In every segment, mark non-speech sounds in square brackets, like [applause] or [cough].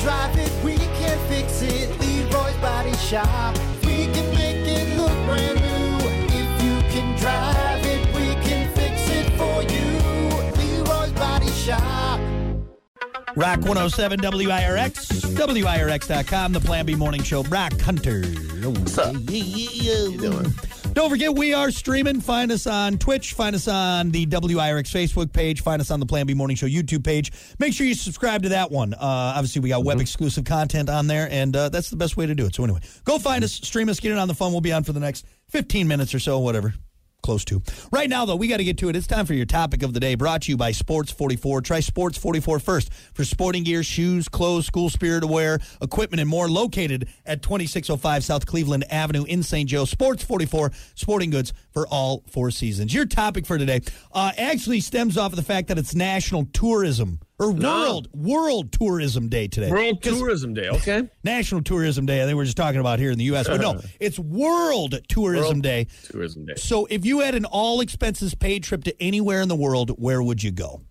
drive it, we can fix it. Leroy's Body Shop. We can make it look brand new. If you can drive it, we can fix it for you. Leroy's Body Shop. Rock 107 WIRX, WIRX.com, the Plan B Morning Show. Rock Hunter. What's up? you doing? Don't forget, we are streaming. Find us on Twitch. Find us on the WIRX Facebook page. Find us on the Plan B Morning Show YouTube page. Make sure you subscribe to that one. Uh, obviously, we got web exclusive content on there, and uh, that's the best way to do it. So, anyway, go find us, stream us, get it on the phone. We'll be on for the next 15 minutes or so, whatever close to. Right now, though, we got to get to it. It's time for your topic of the day, brought to you by Sports 44. Try Sports 44 first for sporting gear, shoes, clothes, school spirit wear, equipment, and more. Located at 2605 South Cleveland Avenue in St. Joe. Sports 44, sporting goods for all four seasons. Your topic for today uh, actually stems off of the fact that it's National Tourism or World World Tourism Day today. Ah. World Tourism Day, okay? National Tourism Day. I think we are just talking about here in the U.S., but [laughs] no, it's World Tourism World- Day. Tourism Day. So, if you had an all expenses paid trip to anywhere in the world, where would you go?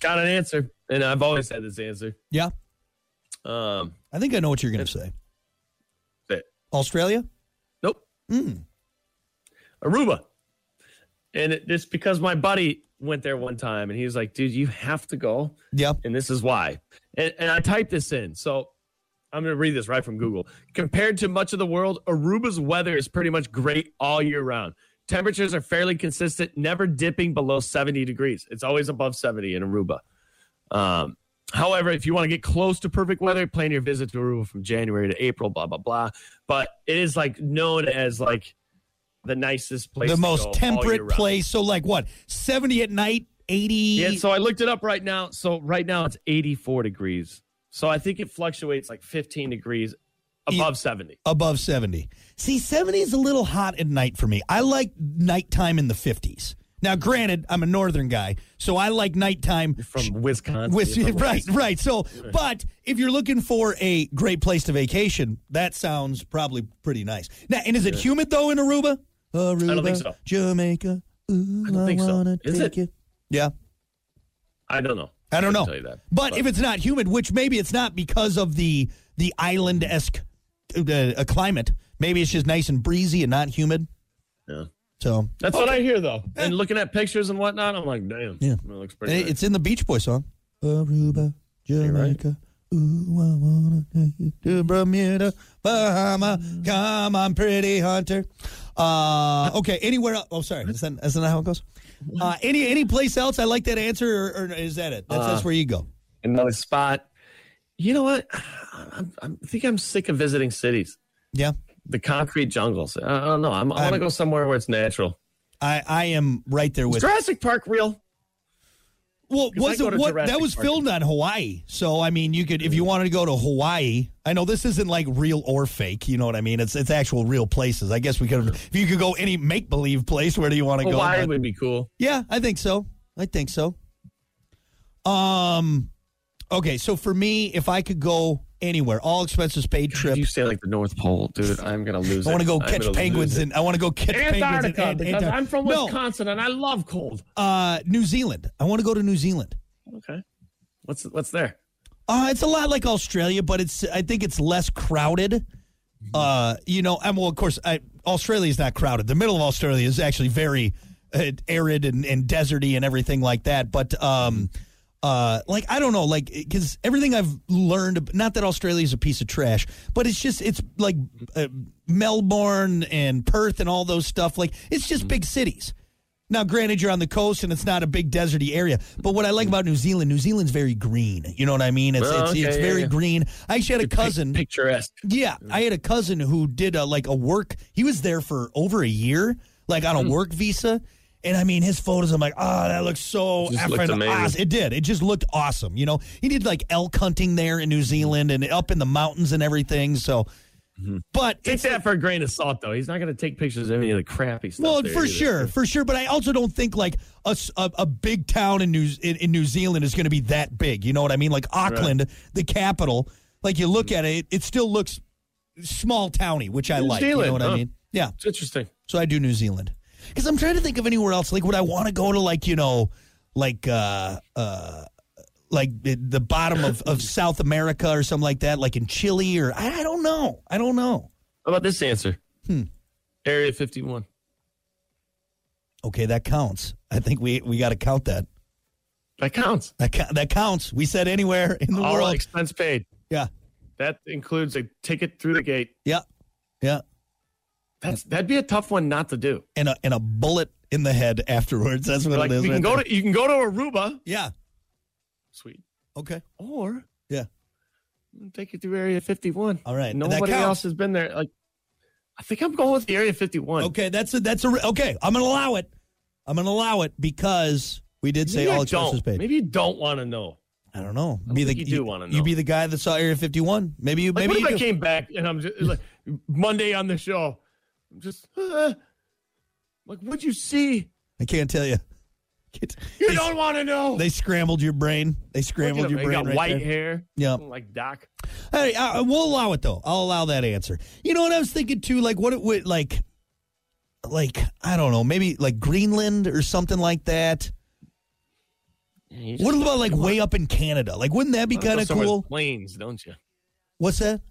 Got an answer. And I've always had this answer. Yeah, Um, I think I know what you're going to say. say it. Australia? Nope. Aruba. And it, it's because my buddy went there one time and he was like, dude, you have to go. Yeah. And this is why. And, and I typed this in. So I'm going to read this right from Google. Compared to much of the world, Aruba's weather is pretty much great all year round. Temperatures are fairly consistent, never dipping below 70 degrees. It's always above 70 in Aruba. Um, however, if you want to get close to perfect weather, plan your visit to Aruba from January to April, blah, blah, blah. But it is like known as like the nicest place, the to go most all year temperate round. place. So, like what? 70 at night, 80? Yeah, so I looked it up right now. So right now it's 84 degrees. So I think it fluctuates like 15 degrees above 70. above 70. See, 70 is a little hot at night for me. I like nighttime in the 50s. Now, granted, I'm a northern guy, so I like nighttime. From Wisconsin. With, You're from right, right. So, but if you're looking for a great place to vacation, that sounds probably pretty nice. Now, and is it humid though in Aruba? Aruba, don't think so. Jamaica. Ooh, I don't think so. wanna Is take it? you- Yeah, I don't know. I don't Couldn't know. Tell you that. But, if it's not humid, which maybe it's not because of the the island esque uh, uh, climate, maybe it's just nice and breezy and not humid. Yeah. So That's what I hear though. And looking at pictures and whatnot, I'm like, damn. Yeah. It looks pretty. Hey, nice. It's in the Beach Boy song. Aruba, right. Jamaica. Ooh, I wanna take you to Bermuda, Bahama. Come on, pretty hunter. Uh, okay, anywhere else? Oh, sorry, is that, is that not how it goes? Uh, any any place else? I like that answer, or, or is that it? That's, Uh, that's where you go. Another spot. You know what? [sighs] I'm, I'm, I think I'm sick of visiting cities. Yeah, The concrete jungles. I I don't know. I'm, I want to I'm- go somewhere where it's natural. I I am right there with. Jurassic Park real. Well, Because I was go it to what that Jurassic was Park. filmed on Hawaii? So I mean, you could if you wanted to go to Hawaii. I know this isn't like real or fake. You know what I mean? It's it's actual real places. I guess we could have if you could go any make believe place. Where do you want to go? Hawaii But- would be cool. yeah, I think so. I think so. Um, okay. So for me, if I could go anywhere, all expenses paid If trip. you say like the North Pole, dude, I'm gonna lose. I want it. to go I'm catch gonna lose penguins it. and I want to go catch penguins in Antarctica Ant- because Antarctica. I'm from no, Wisconsin and I love cold. uh, New Zealand. I want to go to New Zealand. Okay, what's what's there? Uh, it's a lot like Australia, but it's I think it's less crowded. Uh, you know, and well, of course, I, Australia is not crowded. The middle of Australia is actually very uh, arid and, and deserty and everything like that. But um, uh, like I don't know, like because everything I've learned, not that Australia is a piece of trash, but it's just it's like uh, Melbourne and Perth and all those stuff. Like it's Mm-hmm. just big cities. Now, granted, you're on the coast and it's not a big deserty area, but what I like about New Zealand, New Zealand's very green. You know what I mean? It's it's, Oh, it's okay, yeah, very yeah. green. I actually had a cousin. picturesque. Yeah, Mm. I had a cousin who did a, like a work. He was there for over a year, like Mm. on a work visa. And I mean, his photos. I'm like, oh, that looks so Just looked effing amazing. awesome. It did. It just looked awesome. You know, he did like elk hunting there in New Mm. Zealand and up in the mountains and everything. So, Mm-hmm. but Take that for a grain of salt, though. He's not gonna take pictures of any of the crappy stuff. well, there for either. sure, for sure. But I also don't think like a, s- a- a big town in New in, in New Zealand is going to be that big. You know what I mean? Like Auckland, the capital. Like you look at it, it still looks small towny, which I New like. you know Zealand, what I huh? mean? Yeah. It's interesting. So I do New Zealand because I'm trying to think of anywhere else. Like, would I want to go to like you know, like uh, uh, like the, the bottom of, [laughs] of South America or something like that, like in Chile or I, I don't know. I don't know. How about this answer? Hmm. Area 51. Okay, that counts. I think we we got to count that. That counts. That co- that counts. We said anywhere in the All world. expense paid. Yeah, That includes a ticket through the gate. yeah, yeah, That's that'd be a tough one not to do. and a and a bullet in the head afterwards. That's what Like it is. we can right go there. to you can go to Aruba, yeah. sweet, Okay. or Yeah. take you through Area 51. All right, that nobody counts. else has been there. Like, I think I'm going with the Area 51. Okay. That's a that's a re- okay. I'm gonna allow it. I'm gonna allow it because we did say Maybe I all expenses don't. paid. Maybe you don't want to know. I don't know. don't be the think you do wanna You know. be the guy that saw Area 51. Maybe you. Like, maybe what if you do. I came back and I'm just like Monday on the show? I'm just uh, like, what'd you see? I can't tell you. [laughs] Can't- You they, don't want to know. they scrambled your brain. They Look at scrambled him. your He brain. got right white there. hair. Yeah. like Doc. Hey, I, I- we'll allow it though. I'll allow that answer. You know what I was thinking too? Like what it would like, like I don't know, maybe like Greenland or something like that. What about like way up in Canada? Like, wouldn't that be kind of cool? Planes, don't you? What's that?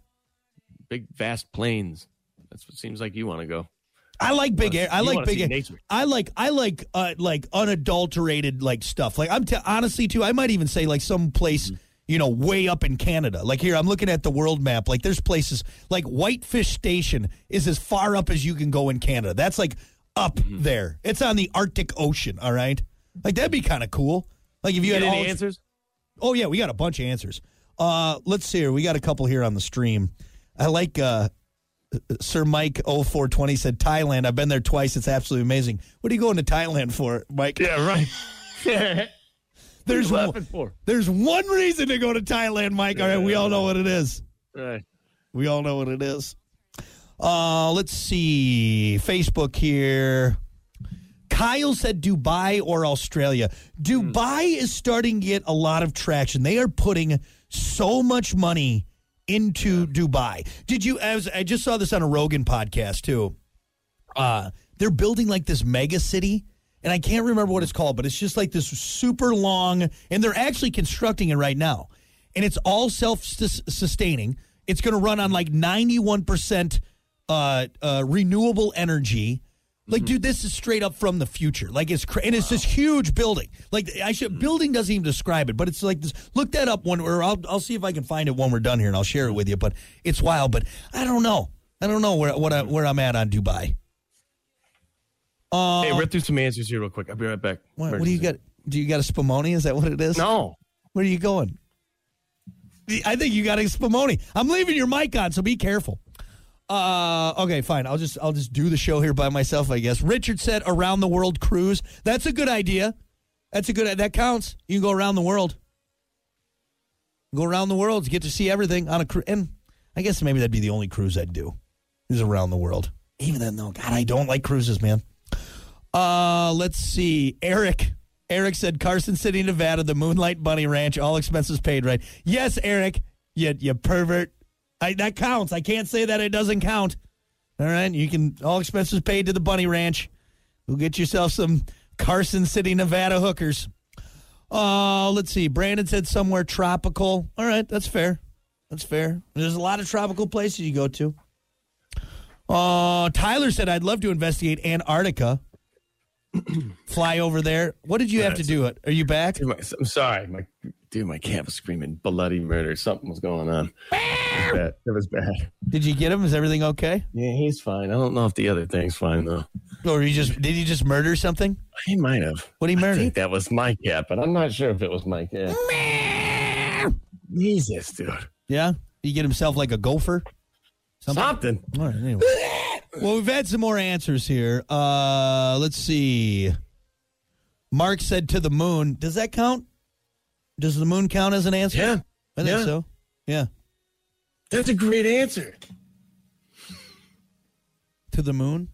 Big vast plains. That's what seems like you want to go. I like big air. I You like wanna big see air. nature. I like I like uh, like unadulterated like stuff. Like I'm t- honestly too. I might even say like some place Mm-hmm. you know way up in Canada. Like here, I'm looking at the world map. Like there's places like Whitefish Station is as far up as you can go in Canada. That's like up Mm-hmm. there. It's on the Arctic Ocean. All right. Like that'd be kind of cool. Like if you, You had got all any answers? Oh yeah, we got a bunch of answers. Uh, let's see here. We got a couple here on the stream. I like uh, Sir Mike 0420 said Thailand. I've been there twice. It's absolutely amazing. What are you going to Thailand for, Mike? Yeah, right. [laughs] [laughs] There's What are one, you laughing for? there's one reason to go to Thailand, Mike. All right, we all know what it is. Right. We all know what it is. Uh, let's see. Facebook here. Kyle said Dubai or Australia. Dubai is starting to get a lot of traction. They are putting so much money into Dubai. Did you? I, was, I just saw this on a Rogan podcast too. Uh, they're building like this mega city, and I can't remember what it's called, but it's just like this super long, and they're actually constructing it right now, and it's all self sustaining. It's going to run on like ninety one percent uh uh renewable energy. Like, dude, this is straight up from the future. Like, it's cra- and it's this huge building. Like, I should building doesn't even describe it, but it's like this. Look that up when or I'll I'll see if I can find it when we're done here, and I'll share it with you. But it's wild. But I don't know. I don't know where what I, where I'm at on Dubai. hey, rip through some answers here real quick. I'll be right back. Um, What, what do you got? Do you got a Spumoni? Is that what it is? No. Where are you going? I think you got a Spumoni. I'm leaving your mic on, so be careful. Uh, okay, fine. I'll just I'll just do the show here by myself, I guess. Richard said around the world cruise. That's a good idea. That's a good that counts. You can go around the world. Go around the world, get to see everything on a cruise. And I guess maybe that'd be the only cruise I'd do is around the world. Even then, though, God, I don't like cruises, man. Uh, let's see. Eric. Eric said Carson City, Nevada, the Moonlight Bunny Ranch, all expenses paid, right? Yes, Eric. You you pervert. I, that counts. I can't say that it doesn't count. All right, you can all expenses paid to the Bunny Ranch. Go get yourself some Carson City, Nevada hookers. Uh, let's see. Brandon said somewhere tropical. All right, that's fair. That's fair. There's a lot of tropical places you go to. Uh, Tyler said I'd love to investigate Antarctica. [clears throat] Fly over there. What did you have to do? It? Are you back? Dude, my, I'm sorry, my dude. My cat was screaming bloody murder. Something was going on. It was bad. It was bad. Did you get him? Is everything okay? Yeah, he's fine. I don't know if the other thing's fine though. Or you just did you just murder something? He might have. What did he I murder? think that was my cat, but I'm not sure if it was my cat. Jesus, dude. Yeah, he get himself like a gopher. Something. All right, anyway. [laughs] well, we've had some more answers here. Uh Let's see. Mark said to the moon. Does that count? Does the moon count as an answer? Yeah. I think Yeah. so. Yeah, That's a great answer. to the moon.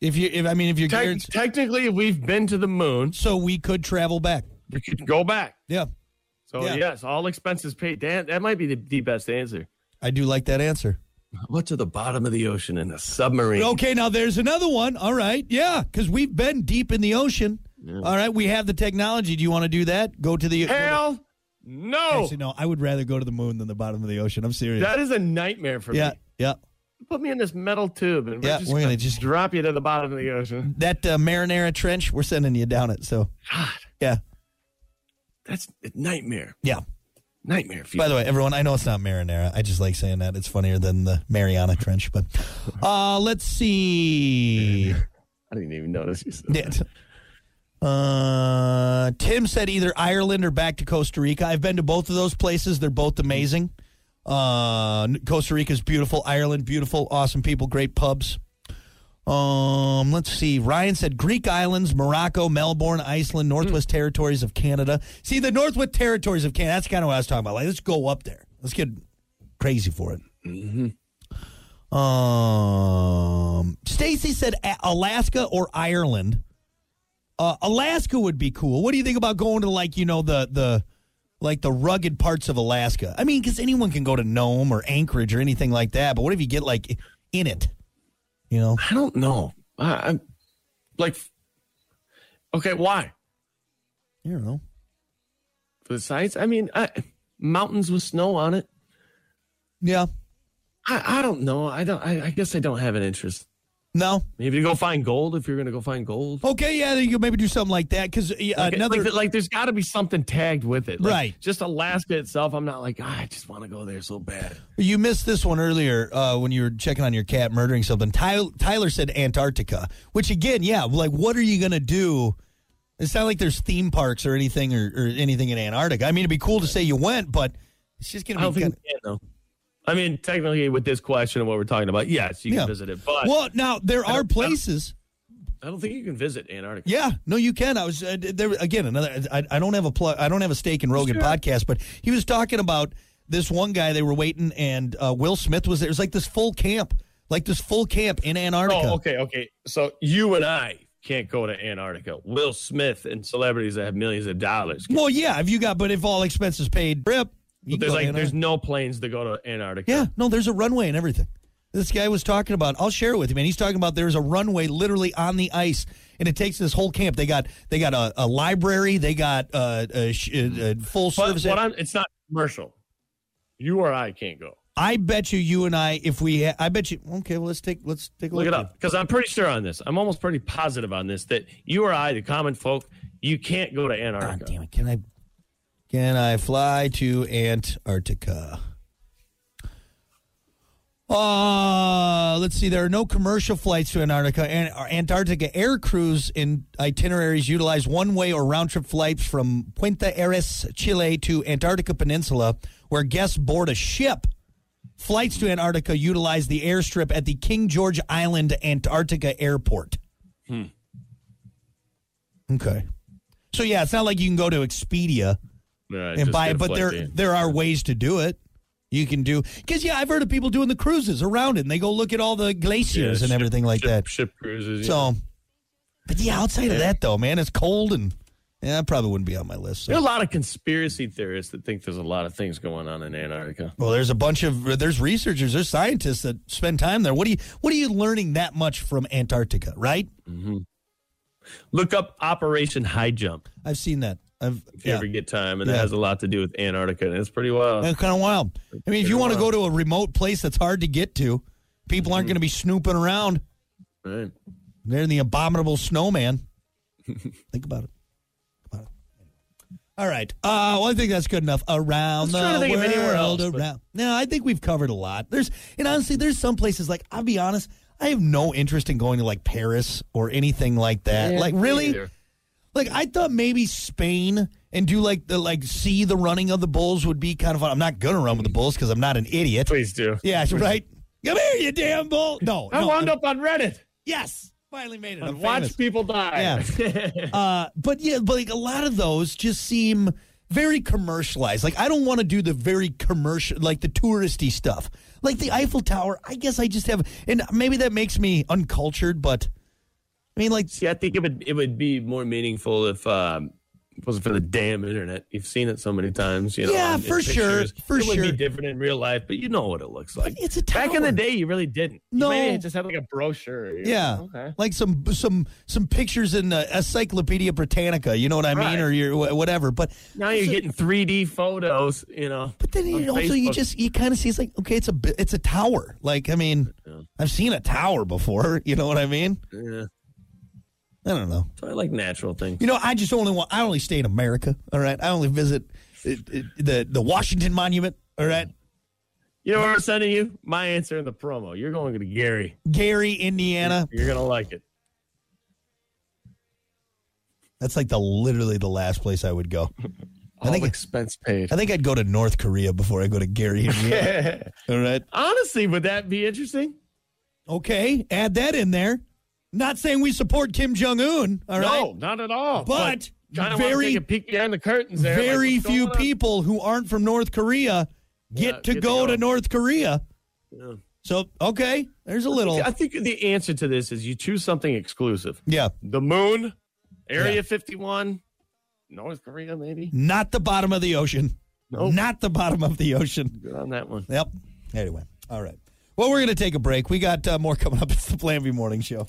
If you, if I mean, if you're Tec- guaranteed, technically, we've been to the moon. so we could travel back. We could go back. Yeah, So Yeah. yes, all expenses paid. That that might be the, the best answer. I do like that answer. What to the bottom of the ocean in a submarine? Okay, now there's another one. All right. Yeah, because we've been deep in the ocean. All right, we have the technology. Do you want to do that? Go to the Hell no. Actually, no. I would rather go to the moon than the bottom of the ocean. I'm serious. That is a nightmare for yeah, me. yeah. Put me in this metal tube and Yeah, we're just we're gonna, gonna just- drop you to the bottom of the ocean. That uh, Marinara Trench, we're sending you down it. So, yeah, That's a nightmare. yeah. Nightmare for you. By the way, everyone, I know it's not marinara. I just like saying that. It's funnier than the Mariana Trench. But uh, let's see. I didn't even notice you said that. Yeah. Uh, Tim said either Ireland or back to Costa Rica. I've been to both of those places. They're both amazing. Uh, Costa Rica's beautiful. Ireland, beautiful. Awesome people. Great pubs. Um, let's see. Ryan said Greek islands, Morocco, Melbourne, Iceland, Northwest Territories of Canada. See, the Northwest Territories of Canada, that's kind of what I was talking about. Like, let's go up there. Let's get crazy for it. Um, Stacy said A- Alaska or Ireland. Uh, Alaska would be cool. What do you think about going to like you know the the like the rugged parts of Alaska? I mean, because anyone can go to Nome or Anchorage or anything like that. But what if you get like in it? You know, I don't know. I, I'm like, okay, why? you don't know. For the science? I mean, I, mountains with snow on it. Yeah. I, I don't know. I don't. I, I guess I don't have an interest. No. Maybe to go find gold if you're going to go find gold. Okay. Yeah. You could maybe do something like that because Like, another. like, like, there's got to be something tagged with it, Like, Right. Just Alaska itself. I'm not like "Ah, I just want to go there so bad. You missed this one earlier uh, when you were checking on your cat murdering something. Tyler, Tyler said Antarctica, which again, yeah, like what are you going to do? It's not like there's theme parks or anything or, or anything in Antarctica. I mean, it'd be cool to say you went, but it's just going I to don't be think kind we can though. I mean, technically, with this question and what we're talking about, yes, you Yeah. can visit it, but Well, now there are don't- I don't- places. I don't think you can visit Antarctica. Yeah, no, you can. I was uh, there again. Another. I, I don't have a plug. I don't have a stake in Rogan podcast, but he was talking about this one guy. They were waiting, and uh, Will Smith was there. It was like this full camp, like this full camp in Antarctica. Oh, okay, okay. So you and I can't go to Antarctica. Will Smith and celebrities that have millions of dollars. can. Well, yeah, if you got, but if all expenses paid, trip. you There's go like in there's on- no planes to go to Antarctica. yeah, no, there's a runway and everything. This guy was talking about. I'll share it with you, man. He's talking about there's a runway literally on the ice, and it takes this whole camp. They got they got a, a library, they got uh, a, sh- a, a full but service. what I'm, it's not commercial. You or I can't go. I bet you, you and I, if we, ha- I bet you. Okay, well, let's take let's take a Look look, it here. up because I'm pretty sure on this. I'm almost pretty positive on this that you or I, the common folk, you can't go to Ah, Antarctica. damn it! Can I can I fly to Antarctica? Uh, let's see. There are no commercial flights to Antarctica. An- Antarctica air crews in itineraries utilize one-way or round-trip flights from Puente Aires, Chile, to Antarctica Peninsula, where guests board a ship. Flights to Antarctica utilize the airstrip at the King George Island Antarctica Airport. Okay. So yeah, it's not like you can go to Expedia Right, and Uh, just buy get it, a but flight there there. there are ways to do it. You can do because yeah, I've heard of people doing the cruises around it, and they go look at all the Yeah, glaciers and ship- everything like ship- that. Ship cruises. yeah. So, but yeah, outside of that though, man, it's cold and yeah, I probably wouldn't be on my list. so. there are a lot of conspiracy theorists that think there's a lot of things going on in Antarctica. Well, there's a bunch of there's researchers, there's scientists that spend time there. What do you what are you learning that much from Antarctica? Right? Look up Operation High Jump. I've seen that. I've if you ever get time, and it Yeah. has a lot to do with Antarctica, and it's pretty wild. That's kind of wild. I mean, if you want to go to a remote place that's hard to get to, people Mm-hmm. aren't going to be snooping around. Right. They're the abominable [laughs] snowman. think about it. Think about it. All right. Uh, well, I think that's good enough. Around I was the trying to think of world, anywhere else, but- around. No, I think we've covered a lot. There's and honestly, there's some places like I'll be honest, I have no interest in going to like Paris or anything like that. like really, like I thought maybe Spain and do like the like see the running of the bulls would be kind of fun. I'm not gonna run with the bulls because I'm not an idiot. Please do. Yeah, right. Come here, you damn bull. No, I no, wound I'm- up on Reddit Yes, finally made it. I'm and watch famous. people die. [laughs] Uh, but yeah, but like a lot of those just seem very commercialized. Like I don't want to do the very commercial, like the touristy stuff, like the Eiffel Tower. I guess I just have, and maybe that makes me uncultured. But I mean, like See, I think it would it would be more meaningful if um, It wasn't for the damn internet. You've seen it so many times. You know, Yeah, in- in for sure, pictures. for it would sure. be different in real life, but you know what it looks like. it's a Back in the tower. day, you really didn't. You No. maybe just had like a brochure. You know, Yeah, Okay. like some some some pictures in the Encyclopedia Britannica. You know what I mean, Right. or your wha- whatever. But Now you're so- getting 3D photos. You know. But then on you also you Facebook. just you kind of see it's like okay, it's a bi- it's a tower. Like I mean, I've seen a tower before. [laughs] You know what I mean? Yeah. I don't know. So I like natural things. You know, I just only want. I only stay in America. All right, I only visit uh, uh, the the Washington Monument. All right, You know what I'm sending you? My answer in the promo. You're going to Gary. Gary, Indiana. You're gonna like it. That's like the literally the last place I would go. I think- All expense paid. I think I'd go to North Korea before I go to Gary, Indiana. [laughs] all right. Honestly, would that be interesting? Okay, add that in there. Not saying we support Kim Jong Un. All right. No, not at all. But kind of very- take a peek behind the curtains. There, like, very what's few going on? people who aren't from North Korea get, Yeah, to, get to go to go. North Korea. Yeah. So okay, there's a little [laughs] I think the answer to this is you choose something exclusive. yeah, The moon, Area Yeah. 51, North Korea, maybe. not the bottom of the ocean, Nope. not the bottom of the ocean. Good on that one. Yep. [laughs] Anyway, all right. Well, we're gonna take a break. We got uh, more coming up. It's the Plan B Morning Show.